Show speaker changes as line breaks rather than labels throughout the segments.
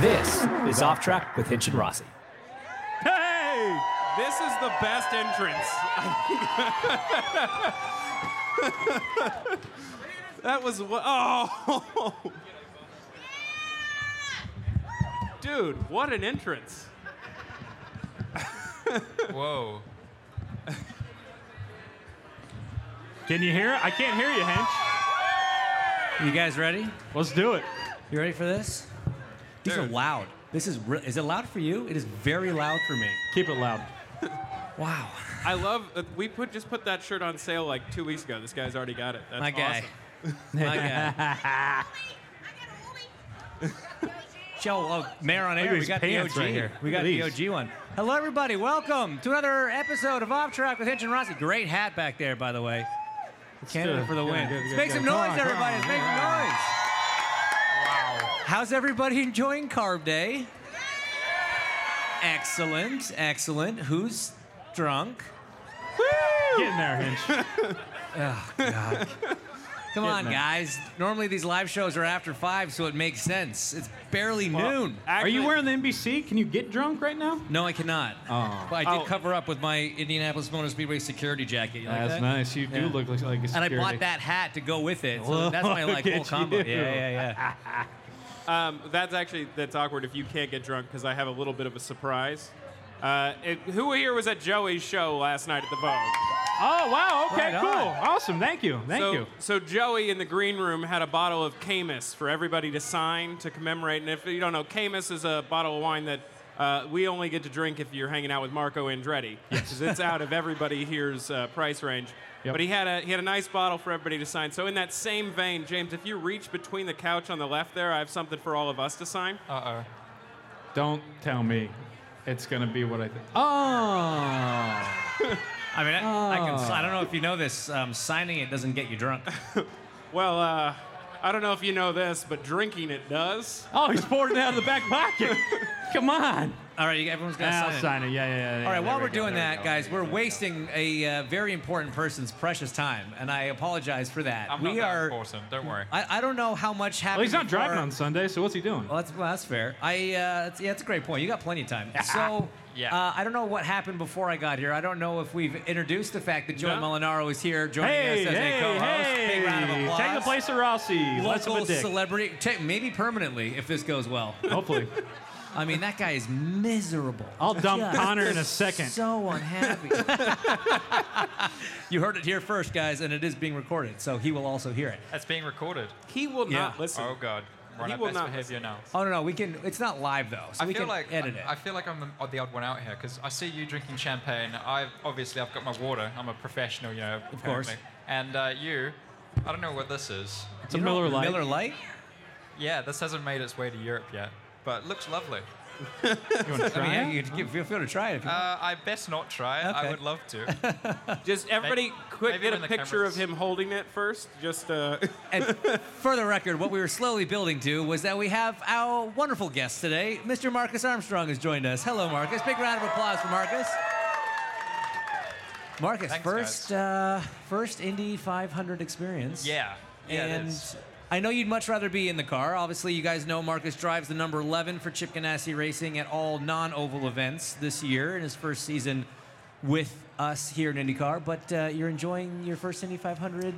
This is Off Track with Hinch and Rossi.
Hey! This is the best entrance. that was what. Oh! Dude, what an entrance.
Whoa.
Can you hear? it? I can't hear you, Hench.
You guys ready?
Let's do it.
You ready for this? These are
Dude.
loud. This is re- is it loud for you? It is very loud for me.
Keep it loud.
Wow.
I love. Uh, we put just put that shirt on sale like two weeks ago. This guy's already got it. That's
My guy.
awesome.
My guy. Joe, oh, Mayor on
at
Air, we
his
got the
pants
OG.
right here.
We
Look
got
at
the
these.
OG one. Hello, everybody. Welcome to another episode of Off Track with Hinch and Rossi. Great hat back there, by the way. Canada
good.
for the
Good,
win.
good,
Let's
good,
make
good.
some
Come
noise,
on, come
everybody. Let's make some noise. How's everybody enjoying Carb Day? Excellent, excellent. Who's drunk?
Get in there, Hinch.
Come on, guys. Normally these live shows are after five, so it makes sense. It's barely noon.
Are
Actually-
you wearing the NBC? Can you get drunk right now?
No, I cannot. But I did
Oh.
cover up with my Indianapolis Motor Speedway security jacket. You like
That's
that?
nice. You do
Yeah.
look like like a
And I
security.
bought that hat to go with it. So that's my like
Look
whole
at
combo.
you.
Yeah, yeah, yeah.
Um, that's actually that's awkward if you can't get drunk because I have a little bit of a surprise. Uh, it, who here was at Joey's show last night at the Vogue?
Oh wow! Okay,
Right
cool,
on.
awesome. Thank you, thank
so,
you.
So Joey in the green room had a bottle of Camus for everybody to sign to commemorate. And if you don't know, Camus is a bottle of wine that uh, we only get to drink if you're hanging out with Marco Andretti, because it's out of everybody here's uh, price range.
Yep.
But he had a he had a nice bottle for everybody to sign. So in that same vein, James, if you reach between the couch on the left there, I have something for all of us to sign.
Uh oh. Don't tell me, it's gonna be what I think. Oh.
I mean, I, I can. I don't know if you know this. Um, signing it doesn't get you drunk.
Well, uh, I don't know if you know this, but drinking it does.
Oh, he's poured it out of the back pocket. Come on.
All right, you- everyone's got to
Ah,
sign
I'll
it.
sign it. Yeah, yeah, yeah.
All right,
yeah,
while
there
we're
we go,
doing
there we
that,
go,
guys,
there we
we're
go.
wasting a uh, very important person's precious time, and I apologize for that.
I'm
we
not that
are.
awesome. Don't worry.
I, I don't know how much happened.
Well, he's not
before-
driving on Sunday, so what's he doing?
Well, that's, well, that's fair. I uh, it's, yeah, that's a great point. You got plenty of time. So
Yeah.
uh, I don't know what happened before I got here. I don't know if we've introduced the fact that Joey
No.
Molinaro is here joining
hey,
us as
hey,
a co-host.
hey!
Big round of applause.
Take the place of Rossi. Less of
Local
a dick.
celebrity, ta- maybe permanently if this goes well.
Hopefully.
I mean, that guy is miserable.
I'll dump
Just
Connor in a second.
So unhappy. you heard it here first, guys, and it is being recorded, so he will also hear it.
That's being recorded.
He will
Yeah.
not listen.
Oh God. We're on
He
our
will
best
not
behavior now.
Oh no, no, we can. It's not live though, so
I
we
feel
can
like
edit it.
I, I feel like I'm the, uh, the odd one out here because I see you drinking champagne. I obviously I've got my water. I'm a professional, you know. Of
course.
And uh, you, I don't know what this is.
It's a Miller Lite.
Miller Lite.
Yeah, this hasn't made its way to Europe yet, but it looks lovely.
You want to try
I mean,
it?
you could give, feel free to try it. If you want.
Uh, I best not try. it.
Okay.
I would love to.
Just everybody, quick,
maybe
get
when
a
the
picture of
cameras-
him holding it first. Just uh,
and for the record, what we were slowly building to was that we have our wonderful guest today, Mr. Marcus Armstrong, has joined us. Hello, Marcus. Big round of applause for Marcus. Marcus,
Thanks,
first uh, first Indy 500 experience.
yeah. Yeah. it
and
is.
I know you'd much rather be in the car. Obviously, you guys know Marcus drives the number 11 for Chip Ganassi Racing at all non oval events this year in his first season with us here in IndyCar. But uh, you're enjoying your first Indy 500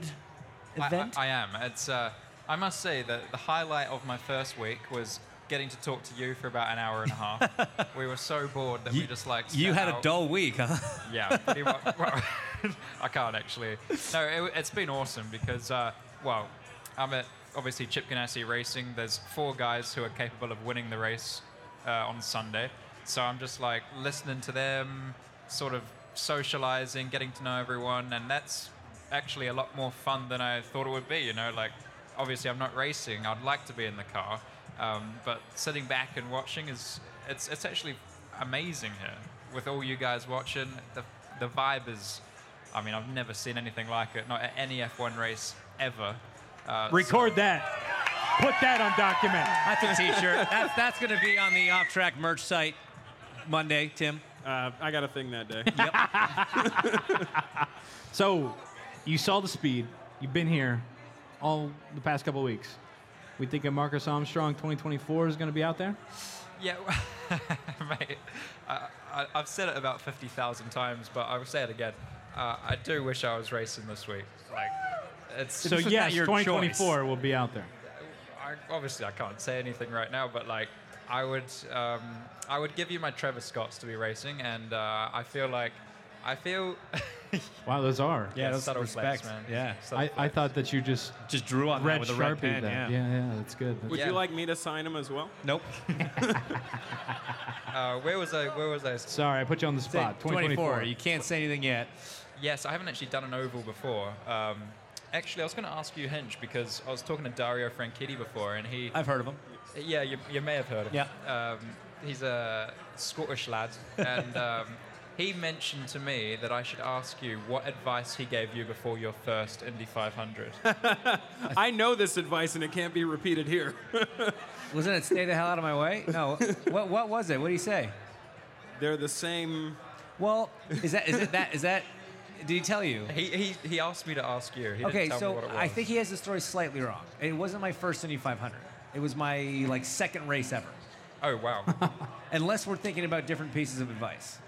event?
I, I, I am. It's. Uh, I must say that the highlight of my first week was getting to talk to you for about an hour and a half. we were so bored that we just like.
You
sat
had a
out.
dull week, huh?
Yeah. pretty mu- well, I can't actually. No, it, it's been awesome because, uh, well, I'm at obviously Chip Ganassi Racing. There's four guys who are capable of winning the race uh, on Sunday. So I'm just like listening to them, sort of socializing, getting to know everyone. And that's actually a lot more fun than I thought it would be, you know, like obviously I'm not racing. I'd like to be in the car, um, but sitting back and watching is it's it's actually amazing here with all you guys watching. The the vibe is, I mean, I've never seen anything like it. Not at any F1 race ever. Uh, so-
Record that. Put that on document.
That's a T-shirt. that's that's going to be on the Off Track merch site Monday, Tim.
Uh, I got a thing that day.
So, you saw the speed. You've been here all the past couple weeks. We thinking Marcus Armstrong 2024 is going to be out there?
yeah, mate. I, I, I've said it about fifty thousand times, but I will say it again. Uh, I do wish I was racing this week. Like, it's
So
It's not
yes,
your
2024 will be out there.
I, obviously I can't say anything right now, but like I would, um, I would give you my Trevor Scotts to be racing, and uh, I feel like, I feel,
Wow, those are.
Yeah,
that's
subtle flex,
respect.
man.
Yeah.
Subtle
I, I
flex.
thought that you just
Just drew on
red
that with a
sharpie
red pen. yeah.
that. yeah, yeah, that's good. That's-
Would
Yeah.
you like me to sign him as well?
Nope.
Uh, where was I? Where was I?
Sorry, I put you on the spot.
24. You can't say anything yet.
Yes, I haven't actually done an oval before. Um, actually, I was going to ask you Hinge because I was talking to Dario Franchitti before, and he,
I've heard of him.
yeah, you, you may have heard of him. Um, he's a Scottish lad, and um, he mentioned to me that I should ask you what advice he gave you before your first Indy 500.
I know this advice and it can't be repeated here.
Wasn't it stay the hell out of my way? No. what what was it? What did he say?
They're the same.
Well, is that is it that is that? Did he tell you?
He, he, he asked me to ask you. He
Okay,
didn't tell me
so
what it was.
I think he has the story slightly wrong. It wasn't my first Indy 500. It was my like second race ever.
Oh wow.
Unless we're thinking about different pieces of advice.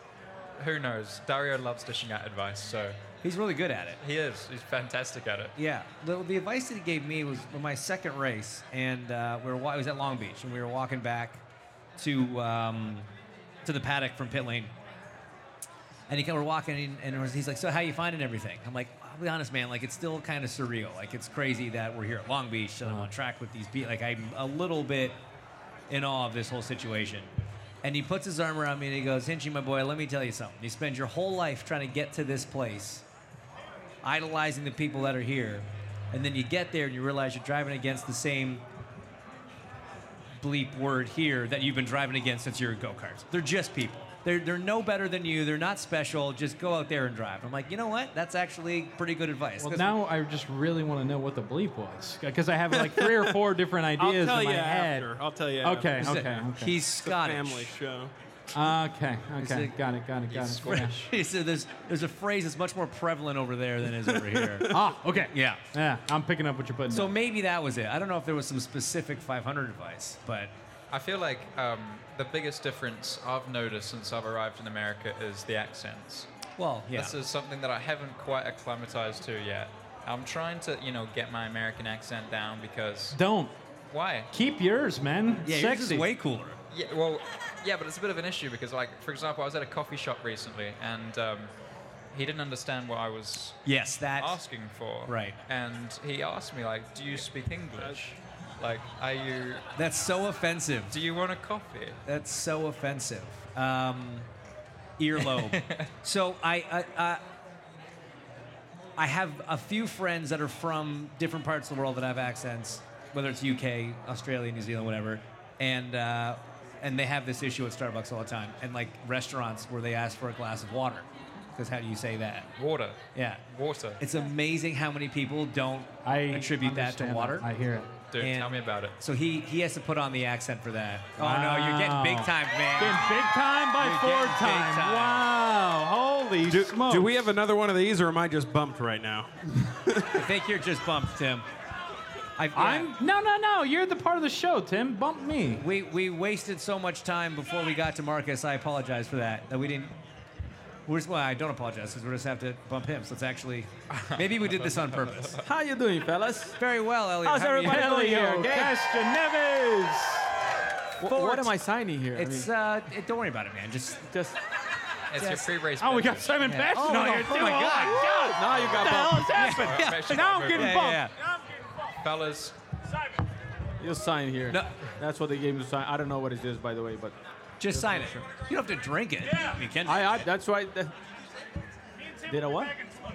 Who knows? Dario loves dishing out advice, so
He's really good at it.
he is. He's fantastic at it.
Yeah. The, the advice that he gave me was for my second race, and uh, we were wa- it was at Long Beach, and we were walking back to um, to the paddock from pit lane. And he kind of we're walking, and, and it was- he's like, "So how you finding everything?" I'm like, "I'll be honest, man. Like it's still kind of surreal. Like it's crazy that we're here at Long Beach and I'm on track with these people. Like I'm a little bit in awe of this whole situation." And he puts his arm around me and he goes, "Hinchy, my boy, let me tell you something. You spend your whole life trying to get to this place." idolizing the people that are here, and then you get there and you realize you're driving against the same bleep word here that you've been driving against since you were go-karts. They're just people. They're, they're no better than you. They're not special. Just go out there and drive. I'm like, you know what? That's actually pretty good advice.
Well,
'Cause
now I just really want to know what the bleep was because I have like three or four different
I'll
ideas
tell you
in my head.
after. I'll tell you.
Okay,
after.
he's-
okay, okay.
He's
It's a
Scottish.
family show.
okay, okay,
it-
got it, got it, got it. Yeah.
Squish.
so there's, there's a phrase that's much more prevalent over there than is over here.
Ah,
Oh,
okay.
Yeah.
Yeah, I'm picking up what you're putting
so
down.
maybe that was it. I don't know if there was some specific 500 advice, but
I feel like um, the biggest difference I've noticed since I've arrived in America is the accents.
well, yeah.
This is something that I haven't quite acclimatized to yet. I'm trying to, you know, get my American accent down because
Don't
why?
keep yours, man.
yeah, yours
Sexy.
is way cooler.
Yeah, well, yeah, but it's a bit of an issue because, like, for example, I was at a coffee shop recently and um, he didn't understand what I was
Yes, that.
asking for.
Right.
And he asked me, like, do you speak English? Like, are you,
That's so offensive.
do you want a coffee?
That's so offensive. Um, earlobe. so I, I, I, I have a few friends that are from different parts of the world that have accents, whether it's UK, Australia, New Zealand, whatever, and uh, and they have this issue at Starbucks all the time, and like restaurants where they ask for a glass of water, because how do you say that?
Water.
Yeah.
Water.
It's amazing how many people don't
I
attribute that to
understand
water.
I hear it.
Dude,
and-
tell me about it.
so he he has to put on the accent for that. Oh no, you're getting
Wow.
big time, man.
Been big time by
You're
four
getting big
time.
time.
Wow. Holy smokes.
Oh.
Do we have another one of these, or am I just bumped right now?
I think you're just bumped, Tim. I, yeah.
I'm no, no, no. You're the part of the show, Tim. Bump me.
We we wasted so much time before we got to Marcus. I apologize for that. That we didn't. We're just, well, I don't apologize because we're just have to bump him. So it's actually maybe we did this on purpose.
How you doing, fellas?
Very well, Elliot.
How's
How are you?
everybody doing here?
Okay.
Castro Neves. Wh- What
Fort.
am I signing here? I
It's
mean,
uh, it- don't worry about it, man. Just
just.
It's your pre-race.
Oh, we
beverage.
got Simon Bash
Oh,
on
no,
here too.
oh my God.
Now you got what the hell is happening?
Yeah, Bash is
Now
my
I'm getting
yeah,
bumped.
yeah.
fellas.
You'll sign here. That's what they gave him to sign. I don't know what it is, by the way, but
Just sign it. You don't have to drink it. You can.
I, I that's why. That, did I what?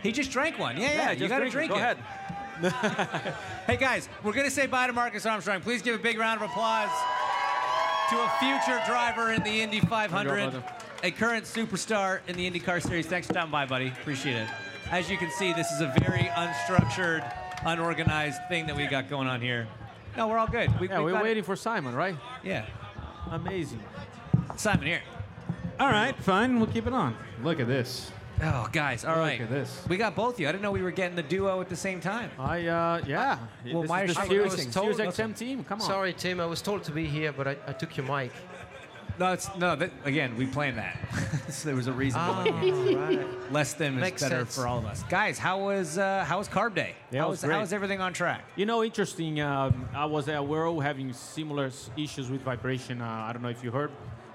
he just drank one. Yeah, yeah. you
just
got to drink
drink it. Go
it.
ahead.
Hey guys, we're gonna say bye to Marcus Armstrong. Please give a big round of applause to a future driver in the Indy 500, a current superstar in the IndyCar Series. Thanks for stopping by, buddy. Appreciate it. As you can see, this is a very unstructured, unorganized thing that we got going on here. No, we're all good. We,
Yeah,
we
we're
got it.
waiting for Simon, right?
Yeah,
Amazing.
Simon here.
All right, fine. We'll keep it on.
Look at this.
Oh, guys, all right.
at this.
We got both of you. I didn't know we were getting the duo at the same time.
I uh, yeah.
well,
this
my-
is the
I- I
Sirius,
was told-
Sirius XM team. Come on.
Sorry, Tim. I was told to be here, but I, I took your mic.
No, it's no. That, again, we planned that. so there was a reason.
Ah,
behind it. Less than is
Makes
better
sense.
for all of us. Guys, how was uh, how was carb day?
Yeah, it
how
was
how
great.
was everything on track?
You know, interesting. Um, I was at Wero having similar s- issues with vibration. Uh, I don't know if you heard,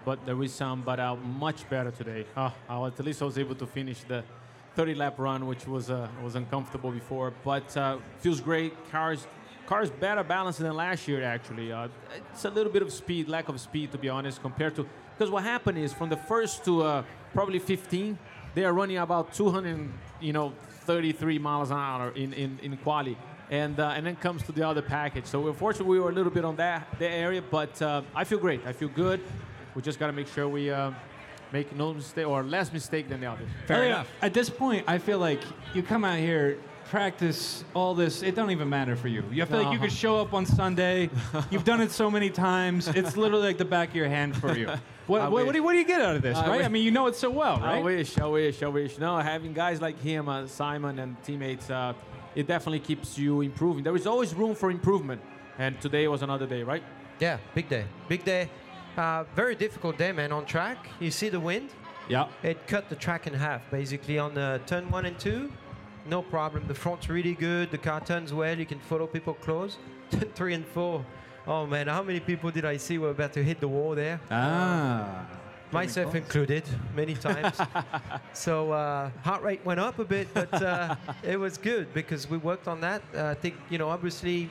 but there is some, but uh, much better today. Uh, I was, at least I was able to finish the 30 lap run, which was uh, was uncomfortable before, but uh, feels great. Cars cars better balanced than last year actually. Uh, it's a little bit of speed, lack of speed to be honest, compared to because what happened is from the first to uh, probably 15, they are running about 200, you know, 33 miles an hour in in in quali and uh, and then comes to the other package. So unfortunately, we were a little bit on that that area, but uh, I feel great. I feel good. We just got to make sure we uh, make no mistake or less mistake than the others.
Fair
Elliot,
enough.
At this point, I feel like you come out here, practice all this. It don't even matter for you. You feel like you could show up on Sunday. You've done it so many times. It's literally like the back of your hand for you. What, what,
wish.
what, do you, what do you get out of this,
I
right? I
wish.
mean, you know it so well,
I
right?
wish, I wish, I wish. No, having guys like him, uh, Simon, and teammates, uh, it definitely keeps you improving. There is always room for improvement, and today was another day, right?
Yeah, big day. Big day. Uh, very difficult day, man, on track. You see the wind?
Yeah.
It cut the track in half, basically, on uh, turn one and two. No problem. The front's really good. The car turns well. You can follow people close. Turn three and four. Oh, man, how many people did I see were about to hit the wall there?
Ah.
myself included, many times. so uh, heart rate went up a bit, but uh, it was good because we worked on that. Uh, I think you know, obviously,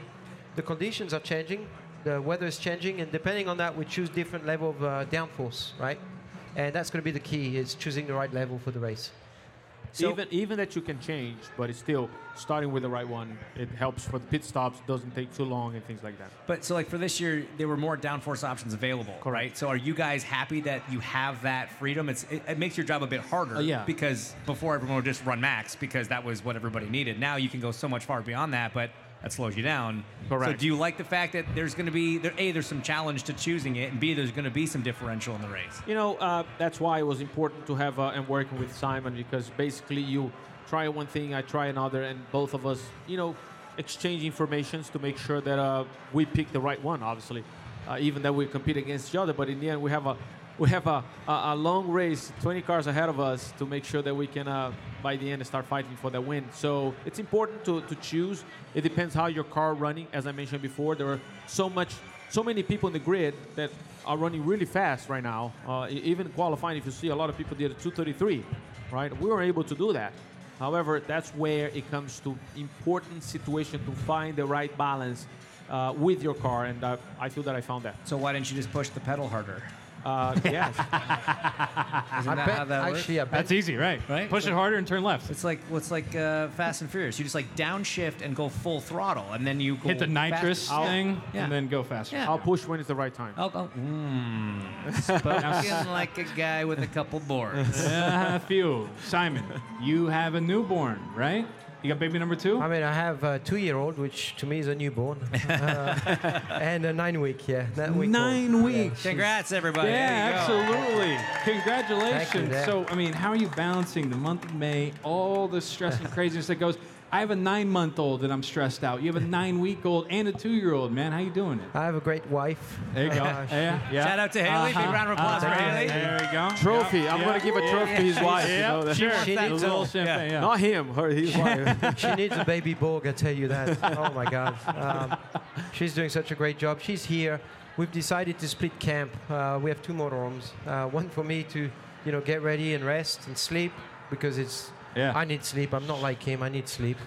the conditions are changing, the weather is changing, and depending on that, we choose different level of uh, downforce, right? And that's going to be the key: is choosing the right level for the race. So-
even even that you can change, but it's still starting with the right one. It helps for the pit stops, doesn't take too long, and things like that.
But so like for this year, there were more downforce options available, right? So are you guys happy that you have that freedom? It's it, it makes your job a bit harder,
yeah.
Because before everyone would just run max because that was what everybody needed. Now you can go so much far beyond that, but that slows you down. So
Correct.
do you like the fact that there's going to be there, a there's some challenge to choosing it, and b there's going to be some differential in the race?
You know, uh, that's why it was important to have uh, and working with Simon because basically you try one thing, I try another, and both of us, you know, exchange informations to make sure that uh, we pick the right one. Obviously, uh, even that we compete against each other, but in the end, we have a we have a, a, a long race, 20 cars ahead of us, to make sure that we can, uh, by the end, start fighting for that win. So it's important to, to choose. It depends how your car running. As I mentioned before, there are so much so many people in the grid that are running really fast right now. Uh, e- even qualifying, if you see a lot of people did a 233, right? We were able to do that. However, that's where it comes to important situation to find the right balance uh, with your car, and uh, I feel that I found that.
So why didn't you just push the pedal harder?
Uh, yes,
Isn't that
Bet-
how that works?
actually, I bet
That's easy, right?
Right?
Push it harder and turn left.
It's like what's like uh, Fast and Furious. You just like downshift and go full throttle, and then you go
Hit the nitrous
faster.
thing
Yeah.
and then go faster.
Yeah.
I'll push when it's the right time.
Oh, oh, mm. spoken like a guy with a couple boards.
Uh, few. Simon, you have a newborn, right? You got baby number two?
I mean, I have a two-year-old, which to me is a newborn, uh, and a nine-week. Yeah, that week. old.
Nine
Yeah.
weeks.
Congrats, everybody.
Yeah,
There you go.
absolutely. Congratulations.
Dad.
So, I mean, how are you balancing the month of May, all the stress and craziness that goes? I have a nine-month-old and I'm stressed out. You have a nine-week-old and a two-year-old. Man, how you doing it?
I have a great wife.
There you go.
Uh, she-
yeah, yeah. Uh-huh. Uh,
Shout out to Haley. Big round of applause for Haley.
There we go.
Trophy. I'm gonna give a trophy to his wife. you know, that-
Sure.
She
A
needs
little
help.
champagne, yeah.
Not him. Her. His wife.
she needs a baby Borg, I tell you that. Oh my God. Um, she's doing such a great job. She's here. We've decided to split camp. Uh, we have two motorhomes. Uh, one for me to, you know, get ready and rest and sleep because it's.
Yeah.
I need sleep. I'm not like him. I need sleep.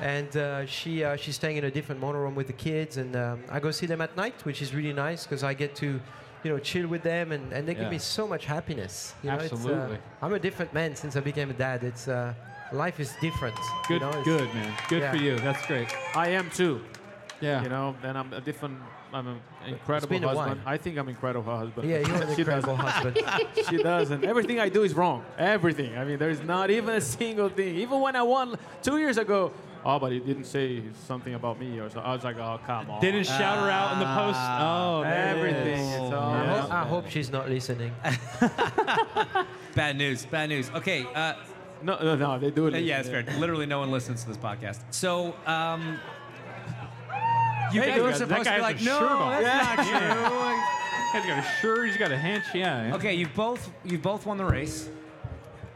and uh, she uh, she's staying in a different motorhome with the kids, and um, I go see them at night, which is really nice because I get to, you know, chill with them, and, and they give
Yeah.
me so much happiness. You know, it's, uh,
Absolutely.
I'm a different man since I became a dad. It's uh, life is different.
Good,
you know? It's-
good man. Good
yeah.
for you. That's great.
I am too.
Yeah.
You know, and I'm a different. I'm an incredible
been a
husband.
while.
I think I'm incredible husband.
Yeah, you're an
she does.
incredible husband.
She does, and everything I do is wrong. Everything. I mean, there is not even a single thing. Even when I won two years ago. Oh, but he didn't say something about me, or so. I was like, oh, come on.
Didn't shout her out in the post. Oh, there it is.
everything. It's all
I,
yeah.
hope, I hope she's not listening.
Bad news. Bad news. Okay. Uh,
No, no, no. They do it.
yeah, that's fair. Literally, no one listens to this podcast. So, um, you
Hey,
guys were
that
supposed to
guy has
be like,
a
no,
shirt on."
that's not true.
He's got a shirt. He's got a hand. Yeah. yeah.
Okay, you've both you've both won the race.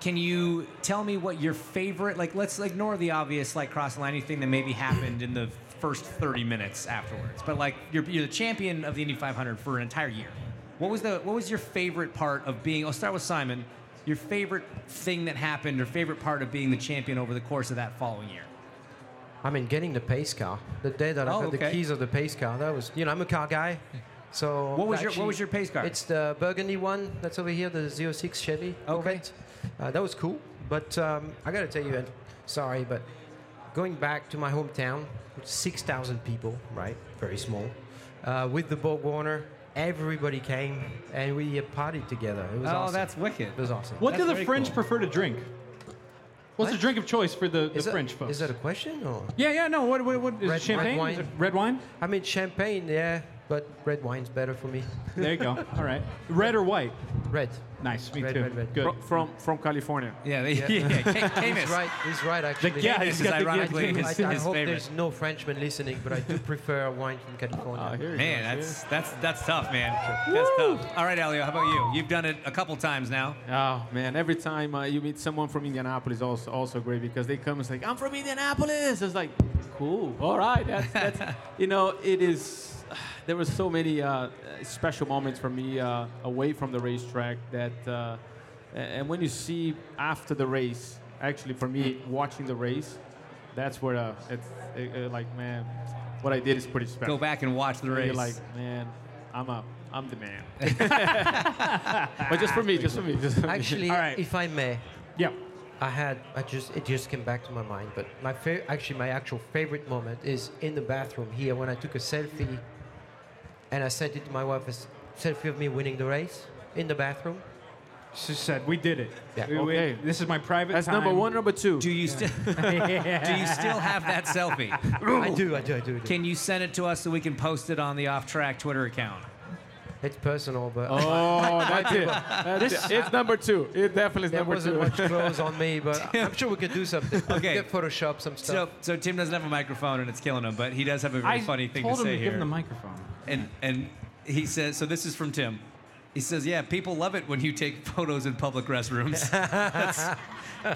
Can you tell me what your favorite like let's ignore the obvious like cross the line thing that maybe happened in the first 30 minutes afterwards. But like you're you're the champion of the Indy 500 for an entire year. What was the what was your favorite part of being I'll start with Simon. Your favorite thing that happened or favorite part of being the champion over the course of that following year?
I mean, getting the pace car. The day that
Oh,
I got
okay.
the keys of the pace car, that was, you know, I'm a car guy. So
What was your- what
actually-
was your pace car?
It's the burgundy one that's over here, the 06 Chevy.
Okay.
Corvette. Uh, that was cool. But um, I got to tell you, Ed, sorry, but going back to my hometown, 6,000 people, right? Very small. Uh, with the Borg Warner, everybody came and we uh, partied together. It was
oh,
awesome.
that's wicked.
It was awesome.
What do
That's
the
very
French
cool.
prefer to drink? What's the drink of choice for the, the
Is that-
French folks?
Is that a question or?
yeah, yeah, no. What, what, what is
Red-
it champagne?
red wine.
Is it red wine?
I mean, champagne, yeah, but red wine's better for me.
There you go. All right. Red or white?
Red.
Nice. Me
Red,
too.
red, red.
Good.
Fr- From from California.
Yeah, they, yeah. yeah. Camus.
He's right. He's right. Actually.
yeah,
I,
he's
Camus is
got the-
do-
ironically
I-
his,
I
his
hope
favorite.
there's no Frenchman listening, but I do prefer wine from
Ah,
California.
here you
Man,
go,
that's that's that's tough, man. That's tough. All right, Elio, how about you? You've done it a couple times now.
Oh man, every time uh, you meet someone from Indianapolis, also also great because they come and say, "I'm from Indianapolis." It's like, cool, all right. That's, that's you know, it is. There were so many uh, special moments for me uh, away from the racetrack that, uh, a- and when you see after the race, actually for me watching the race, that's where uh, it's uh, uh, like, man, what I did is pretty special.
Go back and watch the
And
race.
You're like, man, I'm a, I'm the man. but just for me, just for me, just for me.
Actually,
All right.
if I may,
Yeah.
I had. I just. It just came back to my mind. But my fa- actually, my actual favorite moment is in the bathroom here when I took a selfie, and I sent it to my wife. A s- selfie of me winning the race in the bathroom.
She said, we did it.
Yeah.
We- we-
Okay.
this is my private
That's
time.
number one, number two.
do you still do you still have that selfie?
I do. I do. I do. I do.
Can you send it to us so we can post it on the off track Twitter account?
It's personal, but
oh, that's it. That's it. It's number two. It definitely is
there
number
wasn't
two.
much clothes on me. But I'm sure we could do something.
Okay.
Get Photoshop some stuff.
So so Tim doesn't have a microphone and it's killing him, but he does have a very
I
funny thing
told
to
him
say
to
here.
give him the microphone.
and and he says so this is from Tim. He says, "Yeah, people love it when you take photos in public restrooms. That's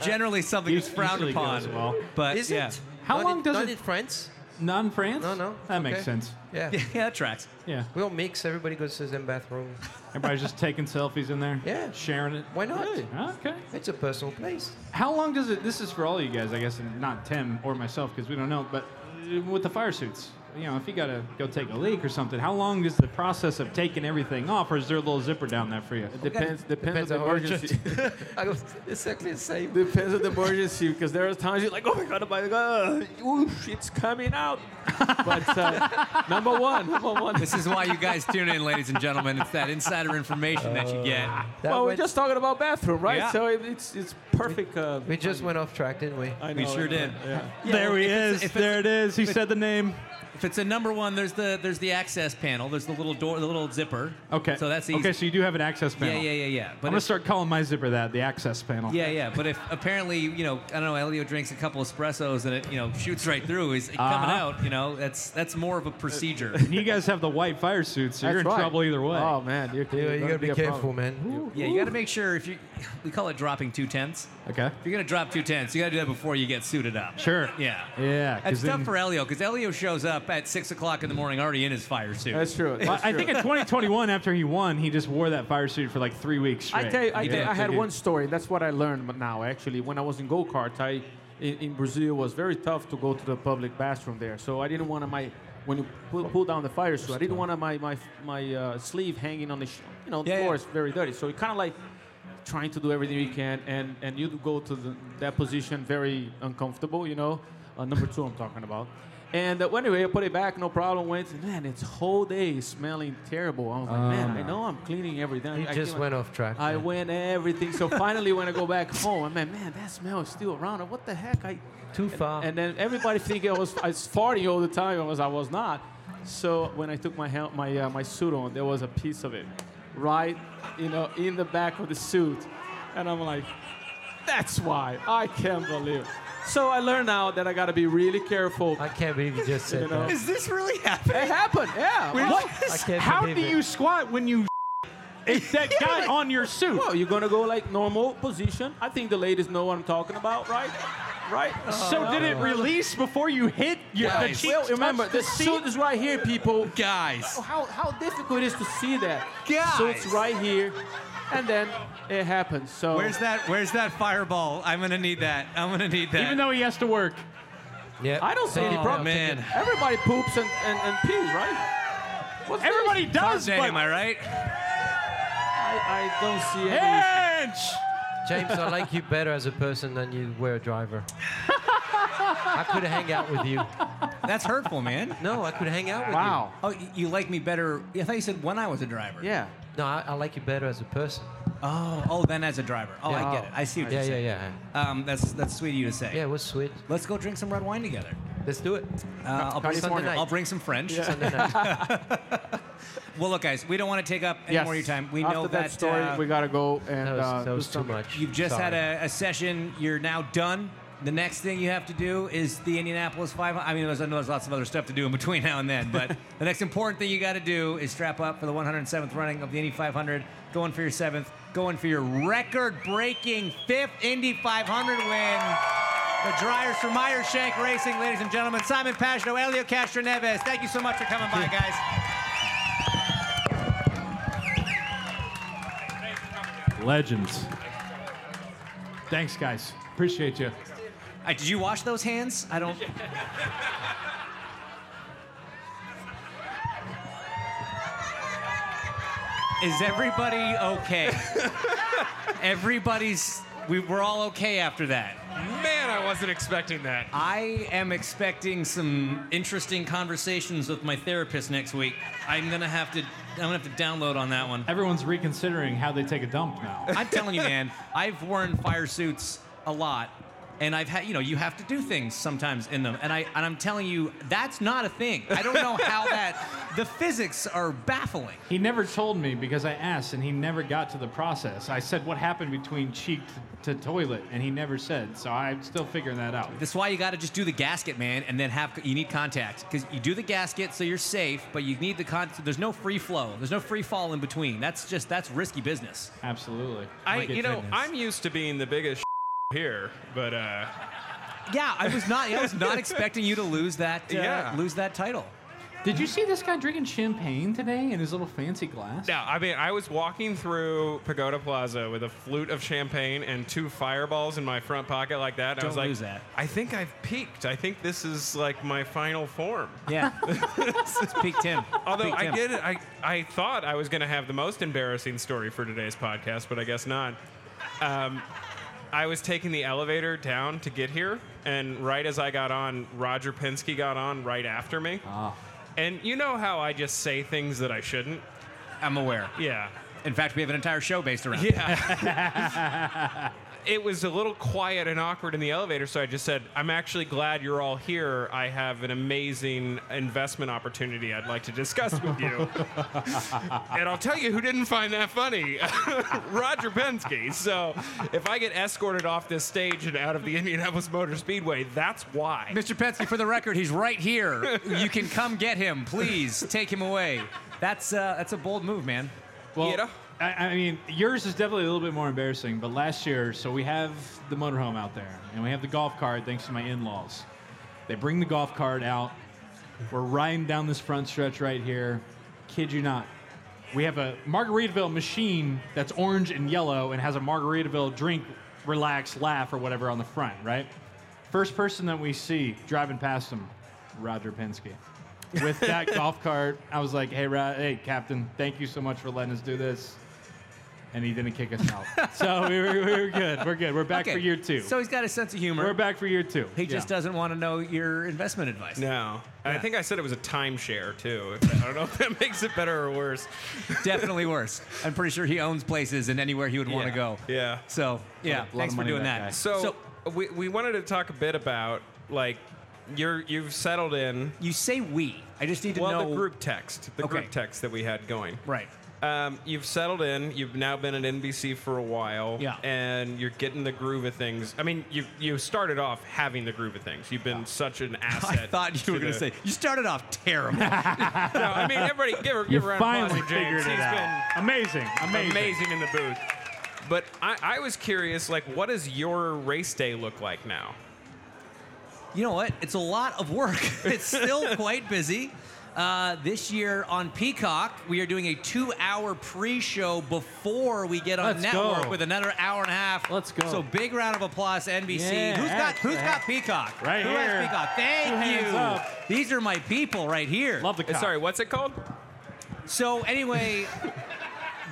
generally something that's frowned
Usually
upon."
goes well.
But
Is
yeah.
it?
How
Not
long
in,
does
not
it-
in France?
None France?
No, no.
That
Okay.
makes sense.
Yeah.
yeah, that tracks.
Yeah.
We all mix. Everybody goes to the bathroom.
Everybody's just taking selfies in there.
Yeah.
Sharing it.
Why not?
Really? Okay.
It's a personal place.
How long does it? This is for all you guys, I guess, and not Tim or myself because we don't know. But uh, with the fire suits, you know, if you gotta go take a leak or something, how long is the process of taking everything off, or is there a little zipper down there for you?
Depends, depends,
Depends
on
on
the
how urgent
emergency.
I go exactly the same.
depends on the emergency because there are times you're like, oh my god, oh my god, oof, it's coming out. But uh, number one, number one.
This is why you guys tune in, ladies and gentlemen. It's that insider information that you get.
Uh,
That
well, we're
went-
just talking about bathroom, right?
Yeah.
So it, it's it's perfect. Uh,
we just went off track, didn't we?
I
We
know,
sure
I know.
did.
Yeah.
there
well,
he
if it's-
is.
if it's-
There it is. He said the name.
If it's a number one, there's the there's the access panel. There's the little door, the little zipper.
Okay.
So that's easy.
Okay, so you do have an access
yeah,
panel.
yeah, yeah, yeah.
I'm
But
gonna
if,
start calling my zipper that the access panel.
yeah, yeah. But if apparently you know, I don't know, Elio drinks a couple espressos and it you know shoots right through. He's coming
Uh-huh.
out. You know, that's that's more of a procedure.
And you guys have the white fire suits, so you're in
That's right.
trouble either way.
Oh man, you're,
Yeah,
you're
you
gonna
gotta be
a
careful,
problem.
man.
yeah, you got to make sure if you we call it dropping two tenths.
Okay.
If you're gonna drop two tenths, you got to do that before you get suited up.
Sure.
Yeah.
Yeah. 'cause
That's tough
then-
for Elio because Elio shows up at six o'clock in the morning already in his fire suit.
That's true.
Well,
That's
I
true.
think in 2021, after he won, he just wore that fire suit for like three weeks
I
straight.
tell you, I,
Yeah.
tell you, I had
Like,
one story. That's what I learned m- now. Actually, when I was in go karts, I in, in Brazil it was very tough to go to the public bathroom there. So I didn't want my when you pull, pull down the fire suit, I didn't want my my my uh, sleeve hanging on the sh- you know the
Yeah,
floor
yeah.
is very dirty. So you kind of like trying to do everything you can, and and you go to the, that position very uncomfortable. You know, uh, number two I'm talking about. And uh, well, anyway, I put it back, no problem. Went, man, it's whole day smelling terrible. I was like, man, I know I'm cleaning
He
everything. I
just
clean-
went off track.
I
man.
went everything. So finally, when I go back home, I'm like, man, that smell is still around. What the heck? I
too far.
and then everybody think I was I was farting all the time. I was I was not. So when I took my hel- my uh, my suit on, there was a piece of it, right, you know, in the back of the suit, and I'm like, that's why I can't believe. It. So I learned now that I gotta be really careful.
I can't believe you just said
You know.
that.
Is this really happening?
It happened, yeah.
What?
I can't
How
believe
do
it.
you squat when you? It's that guy on your suit.
Well, you're gonna go like normal position. I think the ladies know what I'm talking about, right? Right.
So did it release before you hit your the
Guys.
cheeks?
Well,
touched
remember, the
seat?
suit is right here, people.
Guys.
How, how difficult it is to see that. So it's right here, and then it happens. So
Where's that? Where's that fireball? I'm gonna need that. I'm gonna need that.
Even though he has to work.
Yeah.
I don't see any
Oh,
problem.
man.
Everybody poops and, and, and pees, right? What's this?
Everybody does,
Sunday,
but
am I right?
I, I don't see any.
Hench!
James, I like you better as a person than you were a driver. I could hang out with you.
That's hurtful, man.
No, I could hang out with
Wow.
Oh, y- you like me better? I thought you said when I was a driver.
Yeah.
you. No, I, I like you better as a person.
Oh, oh, then as a driver. Oh, I get it. I see what
Yeah,
you're
yeah, yeah.
saying. yeah. Um, that's that's sweet of you to say.
Yeah, it was sweet.
Let's go drink some red wine together.
Let's do it.
Uh, I'll, bring some,
California.
I'll bring some French.
Sunday night.
Well, look, guys, we don't want to take up any
Yes.
more of your time. We
After
know
that, story.
uh,
we gotta go and
That
uh,
was, that
do
was too
something.
much.
You've just
Sorry.
had a, a session. You're now done. The next thing you have to do is the Indianapolis 500. I mean, there's, I know there's lots of other stuff to do in between now and then, but the next important thing you got to do is strap up for the 107th running of the Indy 500, going for your seventh, going for your record-breaking fifth Indy 500 win. The Dryers from Meyershank Racing, ladies and gentlemen. Simon Pagino, Elio Castro Neves. Thank you so much for coming by, guys.
Legends. Thanks, guys. Appreciate you.
Uh, did you wash those hands? I don't. Is everybody okay? Everybody's. We were all okay after that.
Man, I wasn't expecting that.
I am expecting some interesting conversations with my therapist next week. I'm gonna have to. I'm gonna have to download on that one.
Everyone's reconsidering how they take a dump now.
I'm telling you, man, I've worn fire suits a lot, and I've had, you know, you have to do things sometimes in them, and I and I'm telling you, that's not a thing. I don't know how that. The physics are baffling.
He never told me because I asked, and he never got to the process. I said what happened between cheek to, to toilet, and he never said. So I'm still figuring that out.
That's why you got to just do the gasket, man, and then have you need contact because you do the gasket so you're safe, but you need the con. There's no free flow. There's no free fall in between. That's just that's risky business.
Absolutely.
I,
Look at
you know,
goodness.
I'm used to being the biggest here, but uh,
Yeah, I was not. I was not expecting you to lose that. Uh,
Yeah.
lose that title.
Did you see this guy drinking champagne today in his little fancy glass?
no, I mean, I was walking through Pagoda Plaza with a flute of champagne and two fireballs in my front pocket like that. and I
Don't
was like,
lose that.
I think I've peaked. I think this is like my final form.
Yeah, speak Tim.
Although
Speak
I
Tim.
did, I, I thought I was going to have the most embarrassing story for today's podcast, but I guess not. Um, I was taking the elevator down to get here, and right as I got on, Roger Penske got on right after me. And you know how I just say things that I shouldn't?
I'm aware.
Yeah.
In fact, we have an entire show based around. it.
Yeah. it was a little quiet and awkward in the elevator, so I just said, I'm actually glad you're all here. I have an amazing investment opportunity I'd like to discuss with you. and I'll tell you who didn't find that funny Roger Penske. So if I get escorted off this stage and out of the Indianapolis Motor Speedway, that's why.
Mr. Penske, for the record, he's right here. You can come get him. Please take him away. That's uh, that's a bold move, man.
Well,
You know?
I, I mean, yours is definitely a little bit more embarrassing, but last year, so we have the motorhome out there, and we have the golf cart thanks to my in laws. They bring the golf cart out. We're riding down this front stretch right here. Kid you not. We have a Margaritaville machine that's orange and yellow and has a Margaritaville drink, relax, laugh, or whatever on the front, right? First person that we see driving past him, Roger Penske with that golf cart. I was like, "Hey, Ra- hey, Captain, thank you so much for letting us do this." And he didn't kick us out, so we were, we were good. We're good. We're back for year two.
So he's got a sense of humor.
we're back for year two.
He just doesn't want to know your investment advice.
No. And I think I said it was a timeshare, too. I don't know if that makes it better or worse.
Definitely worse. I'm pretty sure he owns places and anywhere he would want to
Yeah.
go.
Yeah.
So yeah,
of
thanks for
money
doing
that
that.
guy.
So, we, we wanted to talk a bit about like you're you've settled in
you say we. I just need to
well
know
the group text the
Okay.
group text that we had going.
Right.
Um, you've settled in. You've now been at NBC for a while,
Yeah.
and you're getting the groove of things. I mean, you you started off having the groove of things. You've been such an
I
asset.
thought you were
to
going
the-
to say you started off terrible.
No, I mean, everybody, give her,
You
give her a round of
finally
applause for James.
figured it
He's been-
out. Amazing, amazing.
amazing in the booth. But I, I was curious, like, what does your race day look like now?
you know what? It's a lot of work. It's still quite busy. Uh, this year on Peacock, we are doing a two-hour pre-show before we get on
Let's
network
go.
with another hour and a half.
Let's go.
So big round of applause, NBC.
Yeah,
who's got
heck,
Who's
heck.
got Peacock?
Right
Who
here.
has Peacock?
Two
Thank
hands
you.
up.
These are my people right here.
Love the
Uh,
cop.
Sorry, what's it called?
So anyway,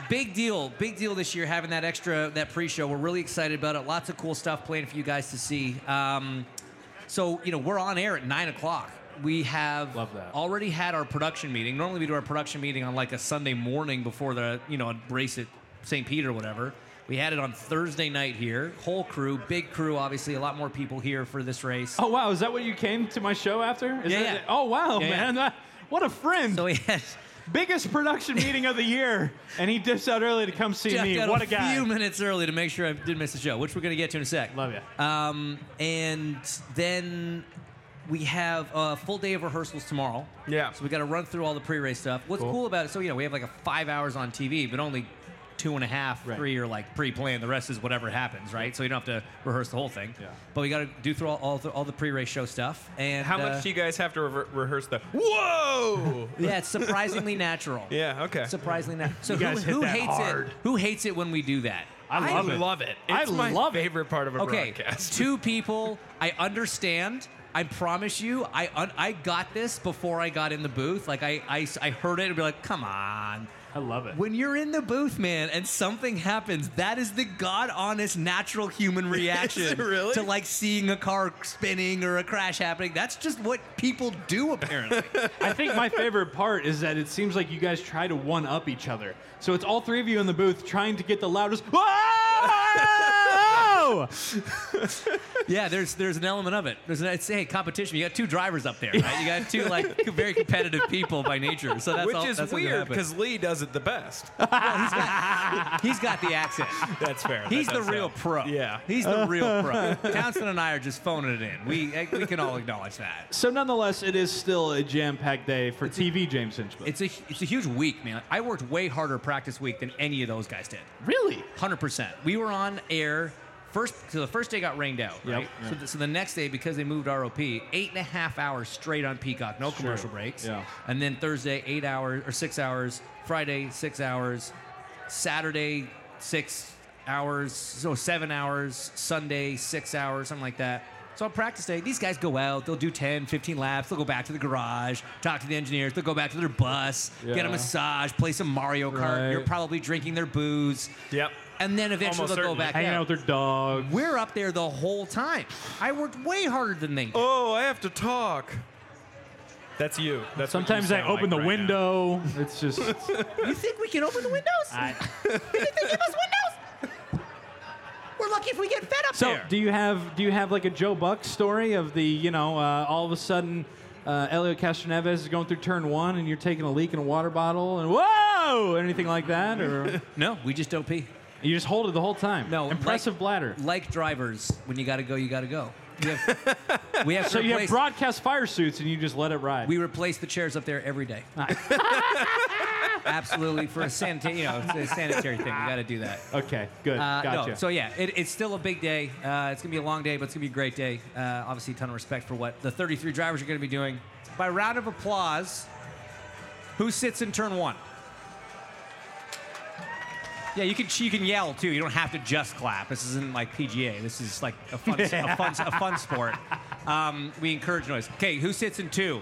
big deal, big deal this year having that extra that pre-show. We're really excited about it. Lots of cool stuff planned for you guys to see. Um, so you know we're on air at nine o'clock. We have
Love that.
already had our production meeting. Normally we do our production meeting on like a Sunday morning before the you know race at St. Pete or whatever. We had it on Thursday night here. Whole crew, big crew, obviously a lot more people here for this race.
Oh wow, is that what you came to my show after? Is
Yeah,
that-
yeah.
Oh wow,
Yeah, yeah.
man, what a friend.
So we had
Biggest production meeting of the year, and he dips out early to come see
Jeff
me.
got
What
a,
a guy.
few minutes early to make sure I didn't miss the show, which we're gonna get to in a sec.
Love ya.
Um, and then we have a full day of rehearsals tomorrow.
Yeah.
So we got to run through all the pre-race stuff. What's cool. about it? So you know we have like a five hours on TV, but only two and a half,
Right.
three are like pre-planned. The rest is whatever happens, right? So you don't have to rehearse the whole thing.
Yeah.
But we got to do through all all the, all the pre-race show stuff. And
How
uh,
much do you guys have to rever- rehearse the? Whoa!
Yeah, it's surprisingly natural.
yeah. Okay.
Surprisingly natural. So who,
guys hit
who
that
hates
hard.
it? Who hates it when we do that?
I love it.
It's
I
my
love it.
favorite part of a
Okay,
broadcast.
two people. I understand. I promise you, I un- I got this before I got in the booth. Like I I, I heard it and be like, come on.
I love it.
When you're in the booth, man, and something happens, that is the god honest, natural human reaction
really?
to like seeing a car spinning or a crash happening. That's just what people do, apparently.
I think my favorite part is that it seems like you guys try to one up each other. So it's all three of you in the booth trying to get the loudest. Whoa!
yeah, there's there's an element of it. There's an, it's hey competition. You got two drivers up there, right? You got two like very competitive people by nature. So that's
Which
all,
is
that's what's gonna
weird
happen.
because Lee does it the best.
he's got the accent.
That's fair.
He's
That
the
does
real
help.
pro.
Yeah.
He's the real pro. Townsend and I are just phoning it in. We eh, we can all acknowledge that.
So nonetheless, it is still a jam-packed day for TV, James Hinchman.
It's a it's a huge week, man. I worked way harder practice week than any of those guys did.
really
Hundred percent. We were on air first. So the first day got rained out,
Yep.
right?
Yeah.
So, the, so the next day, because they moved ROP, eight and a half hours straight on Peacock, no commercial breaks.
Yeah.
And then Thursday, eight hours or six hours. Friday, six hours. Saturday, six hours. So seven hours. Sunday, six hours, something like that. So on practice day, these guys go out, they'll do 10, 15 laps, they'll go back to the garage, talk to the engineers, they'll go back to their bus, get
Yeah.
a massage, play some Mario Kart.
Right.
You're probably drinking their booze.
Yep.
And then eventually
Almost
they'll go
certainly.
back
hanging
out.
out with their dog.
We're up there the whole time. I worked way harder than they did.
Oh, I have to talk. That's you. That's what
Sometimes
you
I
sound
open
like right now.
the window. It's just
You think we can open the windows?
I,
You think they give us windows? We're lucky lucky if we get fed up
So
there.
do you have do you have like a Joe Buck story of the you know uh, all of a sudden uh, Elio Castroneves is going through turn one and you're taking a leak in a water bottle and whoa anything like that or
no, we just don't pee.
you just hold it the whole time?
No,
impressive
like-
bladder.
Like drivers, when you got to go, you got to go. We have, we have to
So you have
replace.
broadcast fire suits and you just let it ride.
we replace the chairs up there every day. Absolutely, for a sanitary, you know, it's a sanitary thing. We got to do that.
okay, good,
Uh,
gotcha.
No, so yeah, it, it's still a big day. Uh, it's gonna be a long day, but it's gonna be a great day. Uh, obviously, a ton of respect for what the 33 drivers are gonna be doing. By round of applause, who sits in turn one? Yeah, you can you can yell too. You don't have to just clap. This isn't like PGA. This is like a fun a fun a fun sport. Um, we encourage noise. Okay, who sits in two?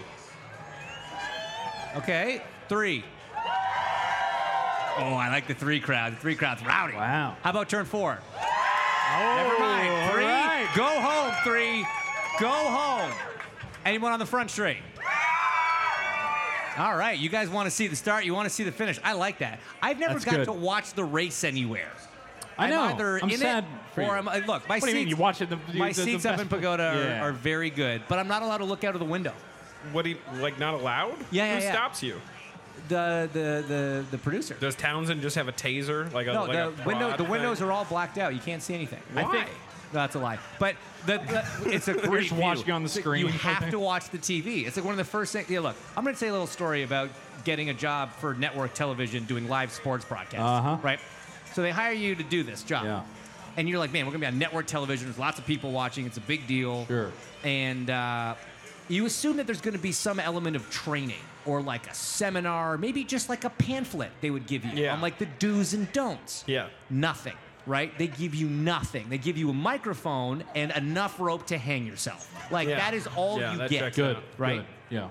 Okay, three. Oh, I like the three crowd. The three crowd's rowdy.
Wow. Oh,
How about turn four? Never mind.
all
Three.
right.
Go home, three. Go home. Anyone on the front straight? All right, you guys want to see the start, you want to see the finish. I like that. I've never
That's
got
good.
to watch the race anywhere.
I know.
I'm either
I'm
in
sad
it
for you.
or I'm, uh, look, my
What do you
seats,
mean? You watch it the-
my
the- the
seats up
best-
in Pagoda are,
Yeah.
are very good, but I'm not allowed to look out of the window.
What do you, like, not allowed?
Yeah, yeah,
Who
yeah.
stops you?
The the the, the producer.
Does Townsend just have a taser? Like a,
no,
like a
the window
prod
the
thing?
windows are all blacked out. You can't see anything.
Why?
I think no, that's a lie. But the, the- it's a great
just
view.
watching on the screen.
You have to watch the TV. It's like one of the first things. Yeah, look, I'm going to tell you a little story about getting a job for network television doing live sports broadcasts.
Uh-huh.
Right. So they hire you to do this job.
Yeah.
And you're like, man, we're going to be on network television. There's lots of people watching. It's a big deal.
Sure.
And uh, you assume that there's going to be some element of training or like a seminar, maybe just like a pamphlet they would give you
Yeah.
on like the do's and don'ts.
Yeah.
Nothing, right? They give you nothing. They give you a microphone and enough rope to hang yourself. Like
Yeah.
that is all
Yeah,
you
that
get.
checks
good,
out.
Right.
good, Yeah.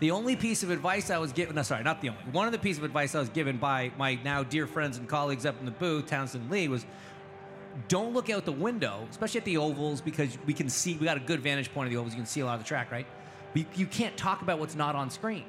The only piece of advice I was given, no, sorry, not the only. One of the pieces of advice I was given by my now dear friends and colleagues up in the booth, Townsend Lee, was don't look out the window, especially at the ovals, because we can see, we got a good vantage point of the ovals. You can see a lot of the track, right? But you, you can't talk about what's not on screen.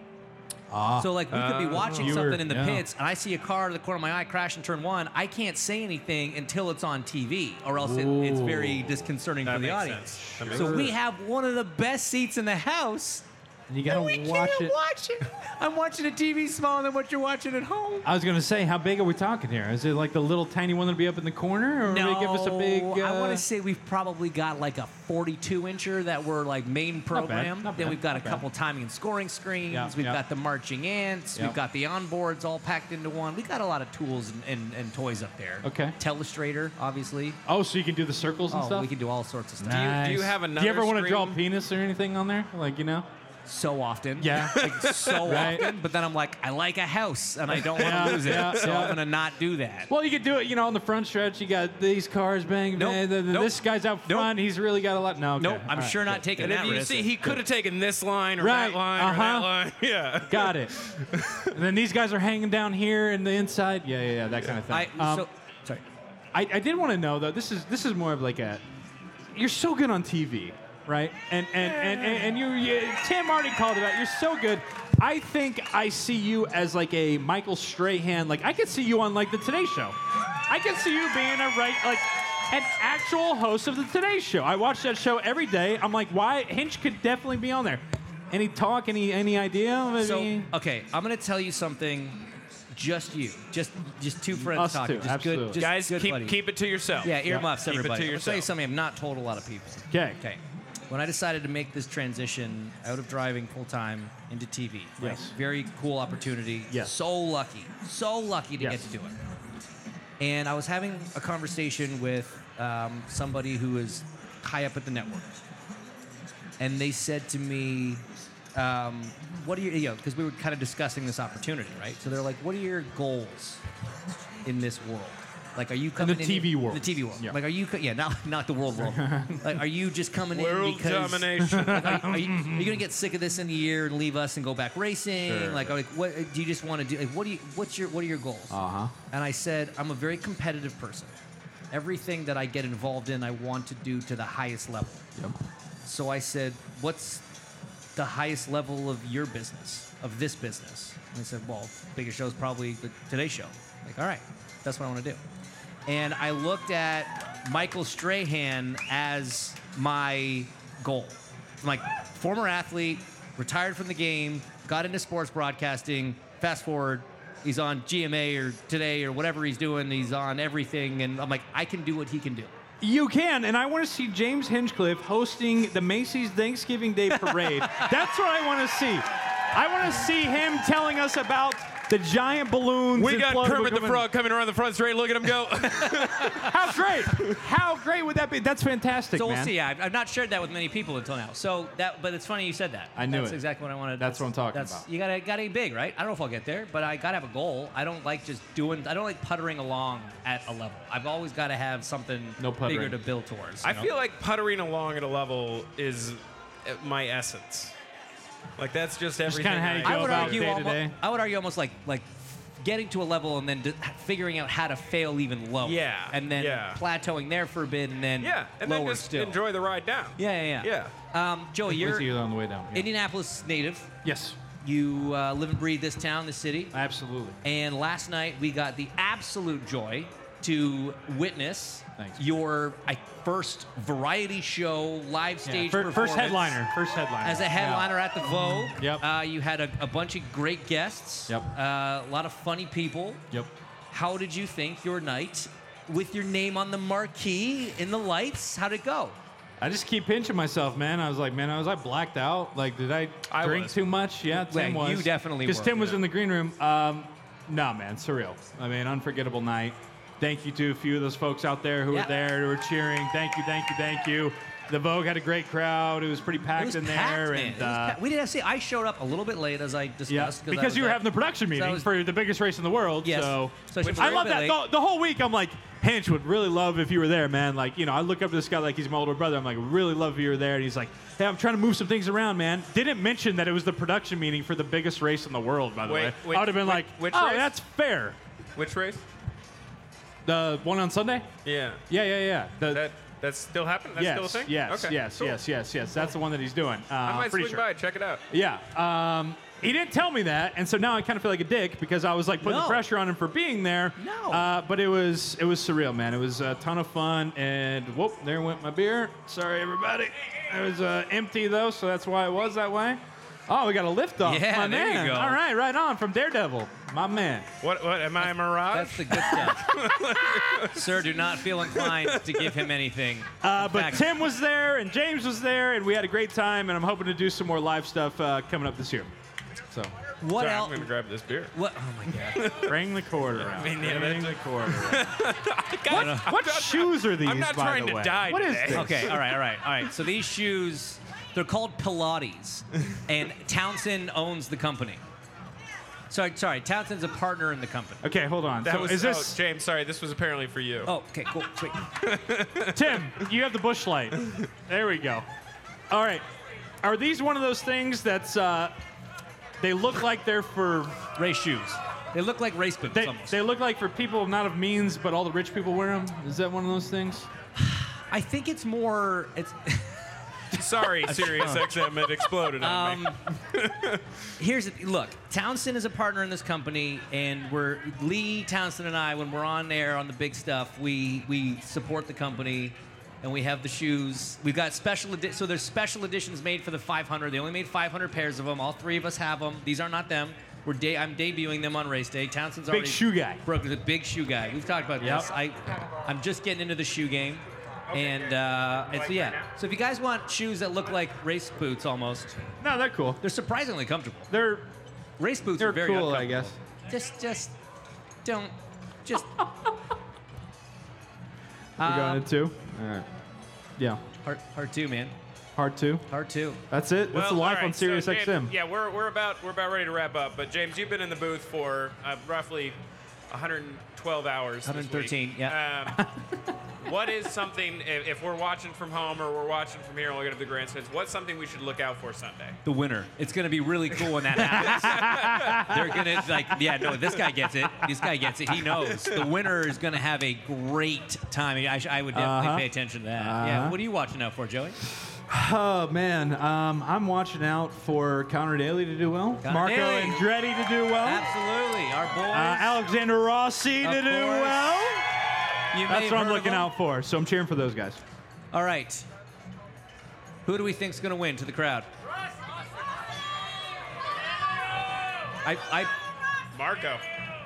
So, like, we
Uh,
could be watching
you were-
something in the
yeah.
pits, and I see a car out of the corner of my eye crash in turn one. I can't say anything until it's on TV, or else it, it's very disconcerting
That
for the
makes
audience.
sense. That makes
So,
sense.
we have one of the best seats in the house.
You gotta
We
watch
can't
it.
watch it. I'm watching a TV smaller than what you're watching at home.
I was gonna say, how big are we talking here? Is it like the little tiny one that'll be up in the corner, or they give us a big? Uh,
I want to say we've probably got like a 42 incher that were like main program.
not
then
bad,
we've got a
not bad.
couple timing and scoring screens.
Yeah,
we've
yeah.
got the marching ants.
Yeah.
We've got the onboards all packed into one. We've got a lot of tools and, and, and toys up there.
Okay.
Telestrator, obviously.
Oh, so you can do the circles and
Oh,
stuff.
we can do all sorts of stuff.
you- do you
Nice.
have
Do
another
you ever want to draw a
screen?
penis or anything on there? Like you know?
So often.
Yeah.
Like, so
Right.
often. But then I'm like, I like a house and I don't want to
Yeah,
lose it.
yeah,
so
yeah.
I'm going to not do that.
Well, you could do it. You know, on the front stretch, you got these cars bang.
Nope,
bang, th- th-
nope,
This guy's out
nope.
front. He's really got a lot. No. Okay.
Nope, I'm
all
sure
right,
not taking
And
that
if you
risk.
see, he could have taken this line or
Right,
that line or
uh-huh.
that line. Yeah.
good. Got it. and then these guys are hanging down here in the inside. Yeah, yeah, yeah. That kind of thing.
I,
Um,
so, sorry.
I, I did want to know though. This is this is more of like a. You're so good on TV, right? And and and and, and you, you Tim already called it out. You're so good. I think I see you as like a Michael Strahan. Like I could see you on like the Today Show. I could see you being a right like. An actual host of the Today Show. I watch that show every day. I'm like, why? Hinch could definitely be on there. Any talk? Any any idea? Maybe?
So okay, I'm gonna tell you something. Just you, just just two friends
Us
talking.
two,
just
absolutely.
good, just
Guys,
good
keep
buddies.
keep it to yourself.
yeah earmuffs.
Keep it to
everybody, I'm gonna tell you
yourself.
something I've not told a lot of people.
'Kay.
Okay. When I decided to make this transition out of driving full time into TV, right?
Yes.
very cool opportunity.
Yes.
So lucky, so lucky to
Yes.
get to do it. and I was having a conversation with um, somebody who is high up at the network, and they said to me, um, "What are your you know?" Because we were kind of discussing this opportunity, right? So they're like, "What are your goals in this world? Like, are you coming
the
in
TV
here-
world.
The TV world.
Yeah.
Like, are you co- yeah, not not the world world. like, are you just coming in
World
because
domination.
like, are, are you, are you gonna get sick of this in a year and leave us and go back racing? Like, are, like, what do you just want to do? Like, what do you? What's your? What are your goals? Uh huh. And I said, I'm a very competitive person. Everything that I get involved in, I want to do to the highest level. Yep. So I said, what's the highest level of your business, of this business? And they said, well, biggest show is probably the Today Show. Like, all right, that's what I want to do. And I looked at Michael Strahan as my goal. I'm like, former athlete, retired from the game, got into sports broadcasting. Fast forward, he's on GMA or today or whatever he's doing. He's on everything. And I'm like, I can do what he can do.
You can, and I want to see James Hinchcliffe hosting the Macy's Thanksgiving Day Parade. That's what I want to see. I want to see him telling us about the giant balloons.
We
and
got
flood-
Kermit the Frog coming around the front straight. Look at him go.
How great! How great would that be? That's fantastic,
So we'll
man.
see. I've, I've not shared that with many people until now. So that, but it's funny you said that.
I knew
that's
it.
exactly what I wanted.
That's what I'm talking about.
You gotta gotta be big, right? I don't know if I'll get there, but I gotta have a goal. I don't like just doing. I don't like puttering along at a level. I've always got to have something
No puttering.
bigger to build towards. you
I
know?
feel like puttering along at a level is uh, my essence. Like that's just everything.
kinda how you
I
go
I would
about
do.
argue.
day to
almo-
day.
I would argue almost like like getting to a level and then d- figuring out how to fail even lower.
Yeah,
And then
yeah.
plateauing there for a bit, and then
Yeah, and
lower
then just
still.
enjoy the ride down.
yeah, yeah, yeah. Yeah. Um, Joey,
With
you're
you on the way down. yeah.
Indianapolis native.
Yes,
You uh, live and breathe this town, this city.
absolutely.
And last night we got the absolute joy to witness
Thanks.
your I, first variety show live
Yeah.
stage
Fir-
performance
first headliner. First headliner.
As a
Yeah.
headliner at the Vogue,
Yep.
uh, you had a, a bunch of great guests,
Yep.
uh, a lot of funny people.
Yep.
How did you think your night with your name on the marquee in the lights? How'd it go?
I just keep pinching myself, man. I was like, man, I was I blacked out? Like, did I, drink
was.
too much? Yeah, Tim
you
was.
definitely
Because
were,
Tim was
yeah.
in the green room. Um, nah, man, surreal. I mean, unforgettable night. Thank you to a few of those folks out there who
Yeah.
were there, who were cheering. Thank you, thank you, thank you. The Vogue had a great crowd. It was pretty packed
It was
in
packed,
there,
man.
and
It was
uh,
packed. we didn't see. I showed up a little bit late, as I discussed,
yeah,
I
because
was
you were
at-
having the production meeting
was-
for the biggest race in the world.
Yes.
So,
So she was
I
a
love
little
that.
bit
The, the whole week, I'm like, Hinch would really love if you were there, man. Like, you know, I look up to this guy like he's my older brother. I'm like, really love if you were there. And he's like, hey, I'm trying to move some things around, man. Didn't mention that it was the production meeting for the biggest race in the world, by the
Wait,
way.
which-
I would have been
which-
like,
which
oh,
race?
that's fair.
Which race?
The one on Sunday?
Yeah.
Yeah, yeah, yeah. The,
That that's still happening. That's
yes,
still a thing.
yes,
Okay,
yes,
cool.
yes, yes, yes. That's the one that he's doing. Uh,
I might
pretty
swing
sure.
by. Check it out.
Yeah. Um, he didn't tell me that, and so now I kind of feel like a dick because I was like putting
No.
the pressure on him for being there.
No.
Uh, but it was it was surreal, man. It was a ton of fun, and whoop, there went my beer. Sorry, everybody. It was uh, empty though, so that's why it was that way. Oh, we got a lift off.
Yeah,
my
there you
man.
go.
All right, right on from Daredevil. My man.
What? What? Am I a mirage?
That's the good stuff. Sir, do not feel inclined to give him anything.
Uh, but
fact-
Tim was there, and James was there, and we had a great time, and I'm hoping to do some more live stuff uh, coming up this year. So
What
Sorry, I'm
else?
gonna grab this beer.
What? Oh my god!
bring the cord around. Bring the cord around.
What?
What shoes are these?
I'm not
by
trying
the
to
way?
die
What is
today.
this?
Okay, all right, all right, all right. So these shoes, they're called Pilates, and Townsend owns the company. Sorry, sorry. Townsend's a partner in the company.
Okay, hold on.
That
so
was
is
oh,
this
James? Sorry, this was apparently for you.
Oh, okay, cool, sweet.
Tim? You have the bush light. There we go. All right. Are these one of those things that's uh, they look like they're for
Race shoes. They look like race boots
they,
almost.
they look like for people not of means, but all the rich people wear them? Is that one of those things?
I think it's more. It's
Sorry, Sirius XM. It exploded on me.
Um, here's the, look. Townsend is a partner in this company, and we're Lee Townsend and I. When we're on air on the big stuff, we we support the company, and we have the shoes. We've got special edi- so there's special editions made for the 500. They only made 500 pairs of them. All three of us have them. These are not them. We're de- I'm debuting them on race day. Townsend's already
shoe guy.
Broke the big shoe guy. We've talked about
Yep.
this. I I'm just getting into the shoe game. and uh, and so yeah, so if you guys want shoes that look like race boots almost,
No, they're cool.
they're surprisingly comfortable.
They're
Race boots
they're
are very
cool, I
uncomfortable.
guess.
Just, just don't. Just
We're going to two. All right. Yeah.
part, part two, man.
Part two.
Part two.
That's it. That's the
Well, all
life
right,
on
so
Sirius
James-
XM.
Yeah, we're, we're about we're about ready to wrap up. But James, you've been in the booth for uh, roughly 112 hours. this
113,
week.
yeah.
Um, what is something if, if we're watching from home or we're watching from here, looking at the grandstands? What's something we should look out for Sunday?
The winner. It's gonna be really cool when that happens. They're gonna like, yeah, no, this guy gets it. This guy gets it. He knows. The winner is gonna have a great time. I, sh- I would definitely
Uh-huh.
pay attention to that. Yeah.
Uh-huh.
What are you watching out for, Joey?
Oh man, um, I'm watching out for Connor Daly to do well,
Connor
Marco
Daly.
Andretti to do well,
Absolutely, our boys.
uh, Alexander Rossi
Of
to do
course.
well,
You may
That's
have
what I'm
heard of
looking
them.
out for. So I'm cheering for those guys.
All right. Who do we think's going to win to the crowd? I, I,
Marco.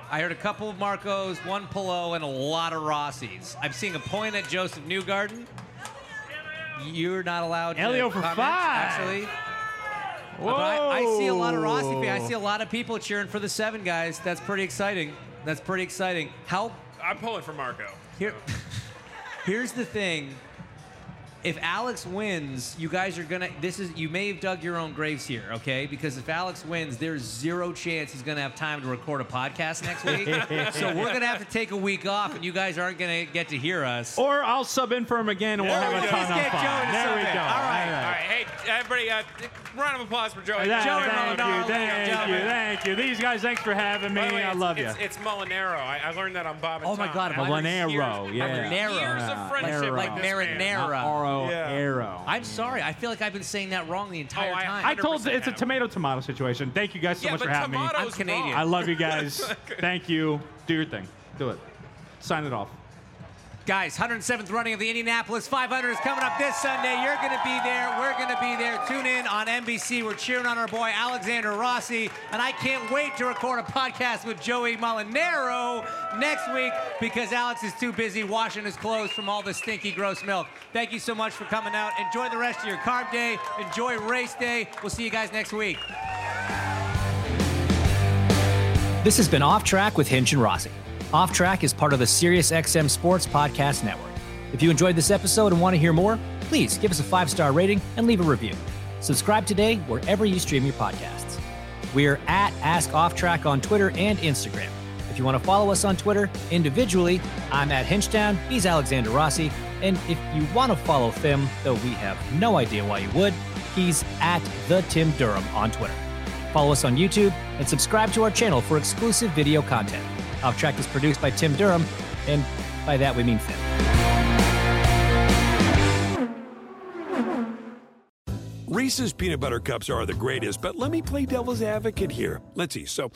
I heard a couple of Marcos, one Pillow, and a lot of Rossies. I'm seeing a point at Joseph Newgarden. You're not allowed to
Elio for
comment,
five.
actually. But I, I see a lot of Rossi fans. I see a lot of people cheering for the seven guys. That's pretty exciting. That's pretty exciting. How
I'm pulling for Marco.
here? here's the thing. If Alex wins, you guys are gonna. This is you may have dug your own graves here, okay? Because if Alex wins, there's zero chance he's gonna have time to record a podcast next week. so we're gonna have to take a week off, and you guys aren't gonna get to hear us.
Oh,
Or I'll sub in for him again, and we'll
There we
have a
go.
ton
Let's
of
get Joe
fun.
to
There
sub
we
in.
go.
All right.
All right, hey, everybody, uh, round of applause for Joey.
Yeah,
Joey
thank
Manganiello,
you, thank
Joey
you,
Manganiello.
thank you. These guys, thanks for having me.
By the way,
I
it's-
love you.
It's, it's Molinero. I, I learned that on Bob and
Oh my
Tom.
God,
After
Molinero,
years-
yeah.
after
Molinero.
Years
Yeah.
of friendship
Like
like this man.
Marinara.
Not Oro,
Yeah.
Arrow.
I'm sorry. I feel like I've been saying that wrong the entire
Oh, I-
time.
I told
100%
it's a
have.
tomato tomato situation. Thank you guys so
Yeah,
much
but
for having me.
tomatoes
I'm Canadian.
I
wrong.
love you guys. Thank you. Do your thing. Do it. Sign it off.
Guys, 107th running of the Indianapolis 500 is coming up this Sunday. You're going to be there. We're going to be there. Tune in on NBC. We're cheering on our boy Alexander Rossi. And I can't wait to record a podcast with Joey Molinaro next week because Alex is too busy washing his clothes from all the stinky, gross milk. Thank you so much for coming out. Enjoy the rest of your carb day. Enjoy race day. We'll see you guys next week.
This has been Off Track with Hinch and Rossi. Off Track is part of the SiriusXM Sports Podcast Network. If you enjoyed this episode and want to hear more, please give us a five star rating and leave a review. Subscribe today wherever you stream your podcasts. We're at Ask Off Track on Twitter and Instagram. If you want to follow us on Twitter individually, I'm at Hinchtown, he's Alexander Rossi, and if you want to follow Thim, though we have no idea why you would, he's at the Tim Durham on Twitter. Follow us on YouTube and subscribe to our channel for exclusive video content. Off Track is produced by Tim Durham, and by that we mean Finn.
Reese's peanut butter cups are the greatest, but let me play devil's advocate here. Let's see. So,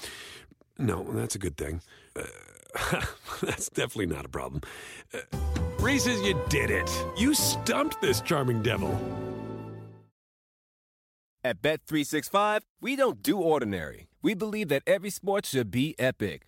no, that's a good thing. Uh, that's definitely not a problem. Uh, Reese's, you did it. You stumped this charming devil.
At Bet365, we don't do ordinary. We believe that every sport should be epic.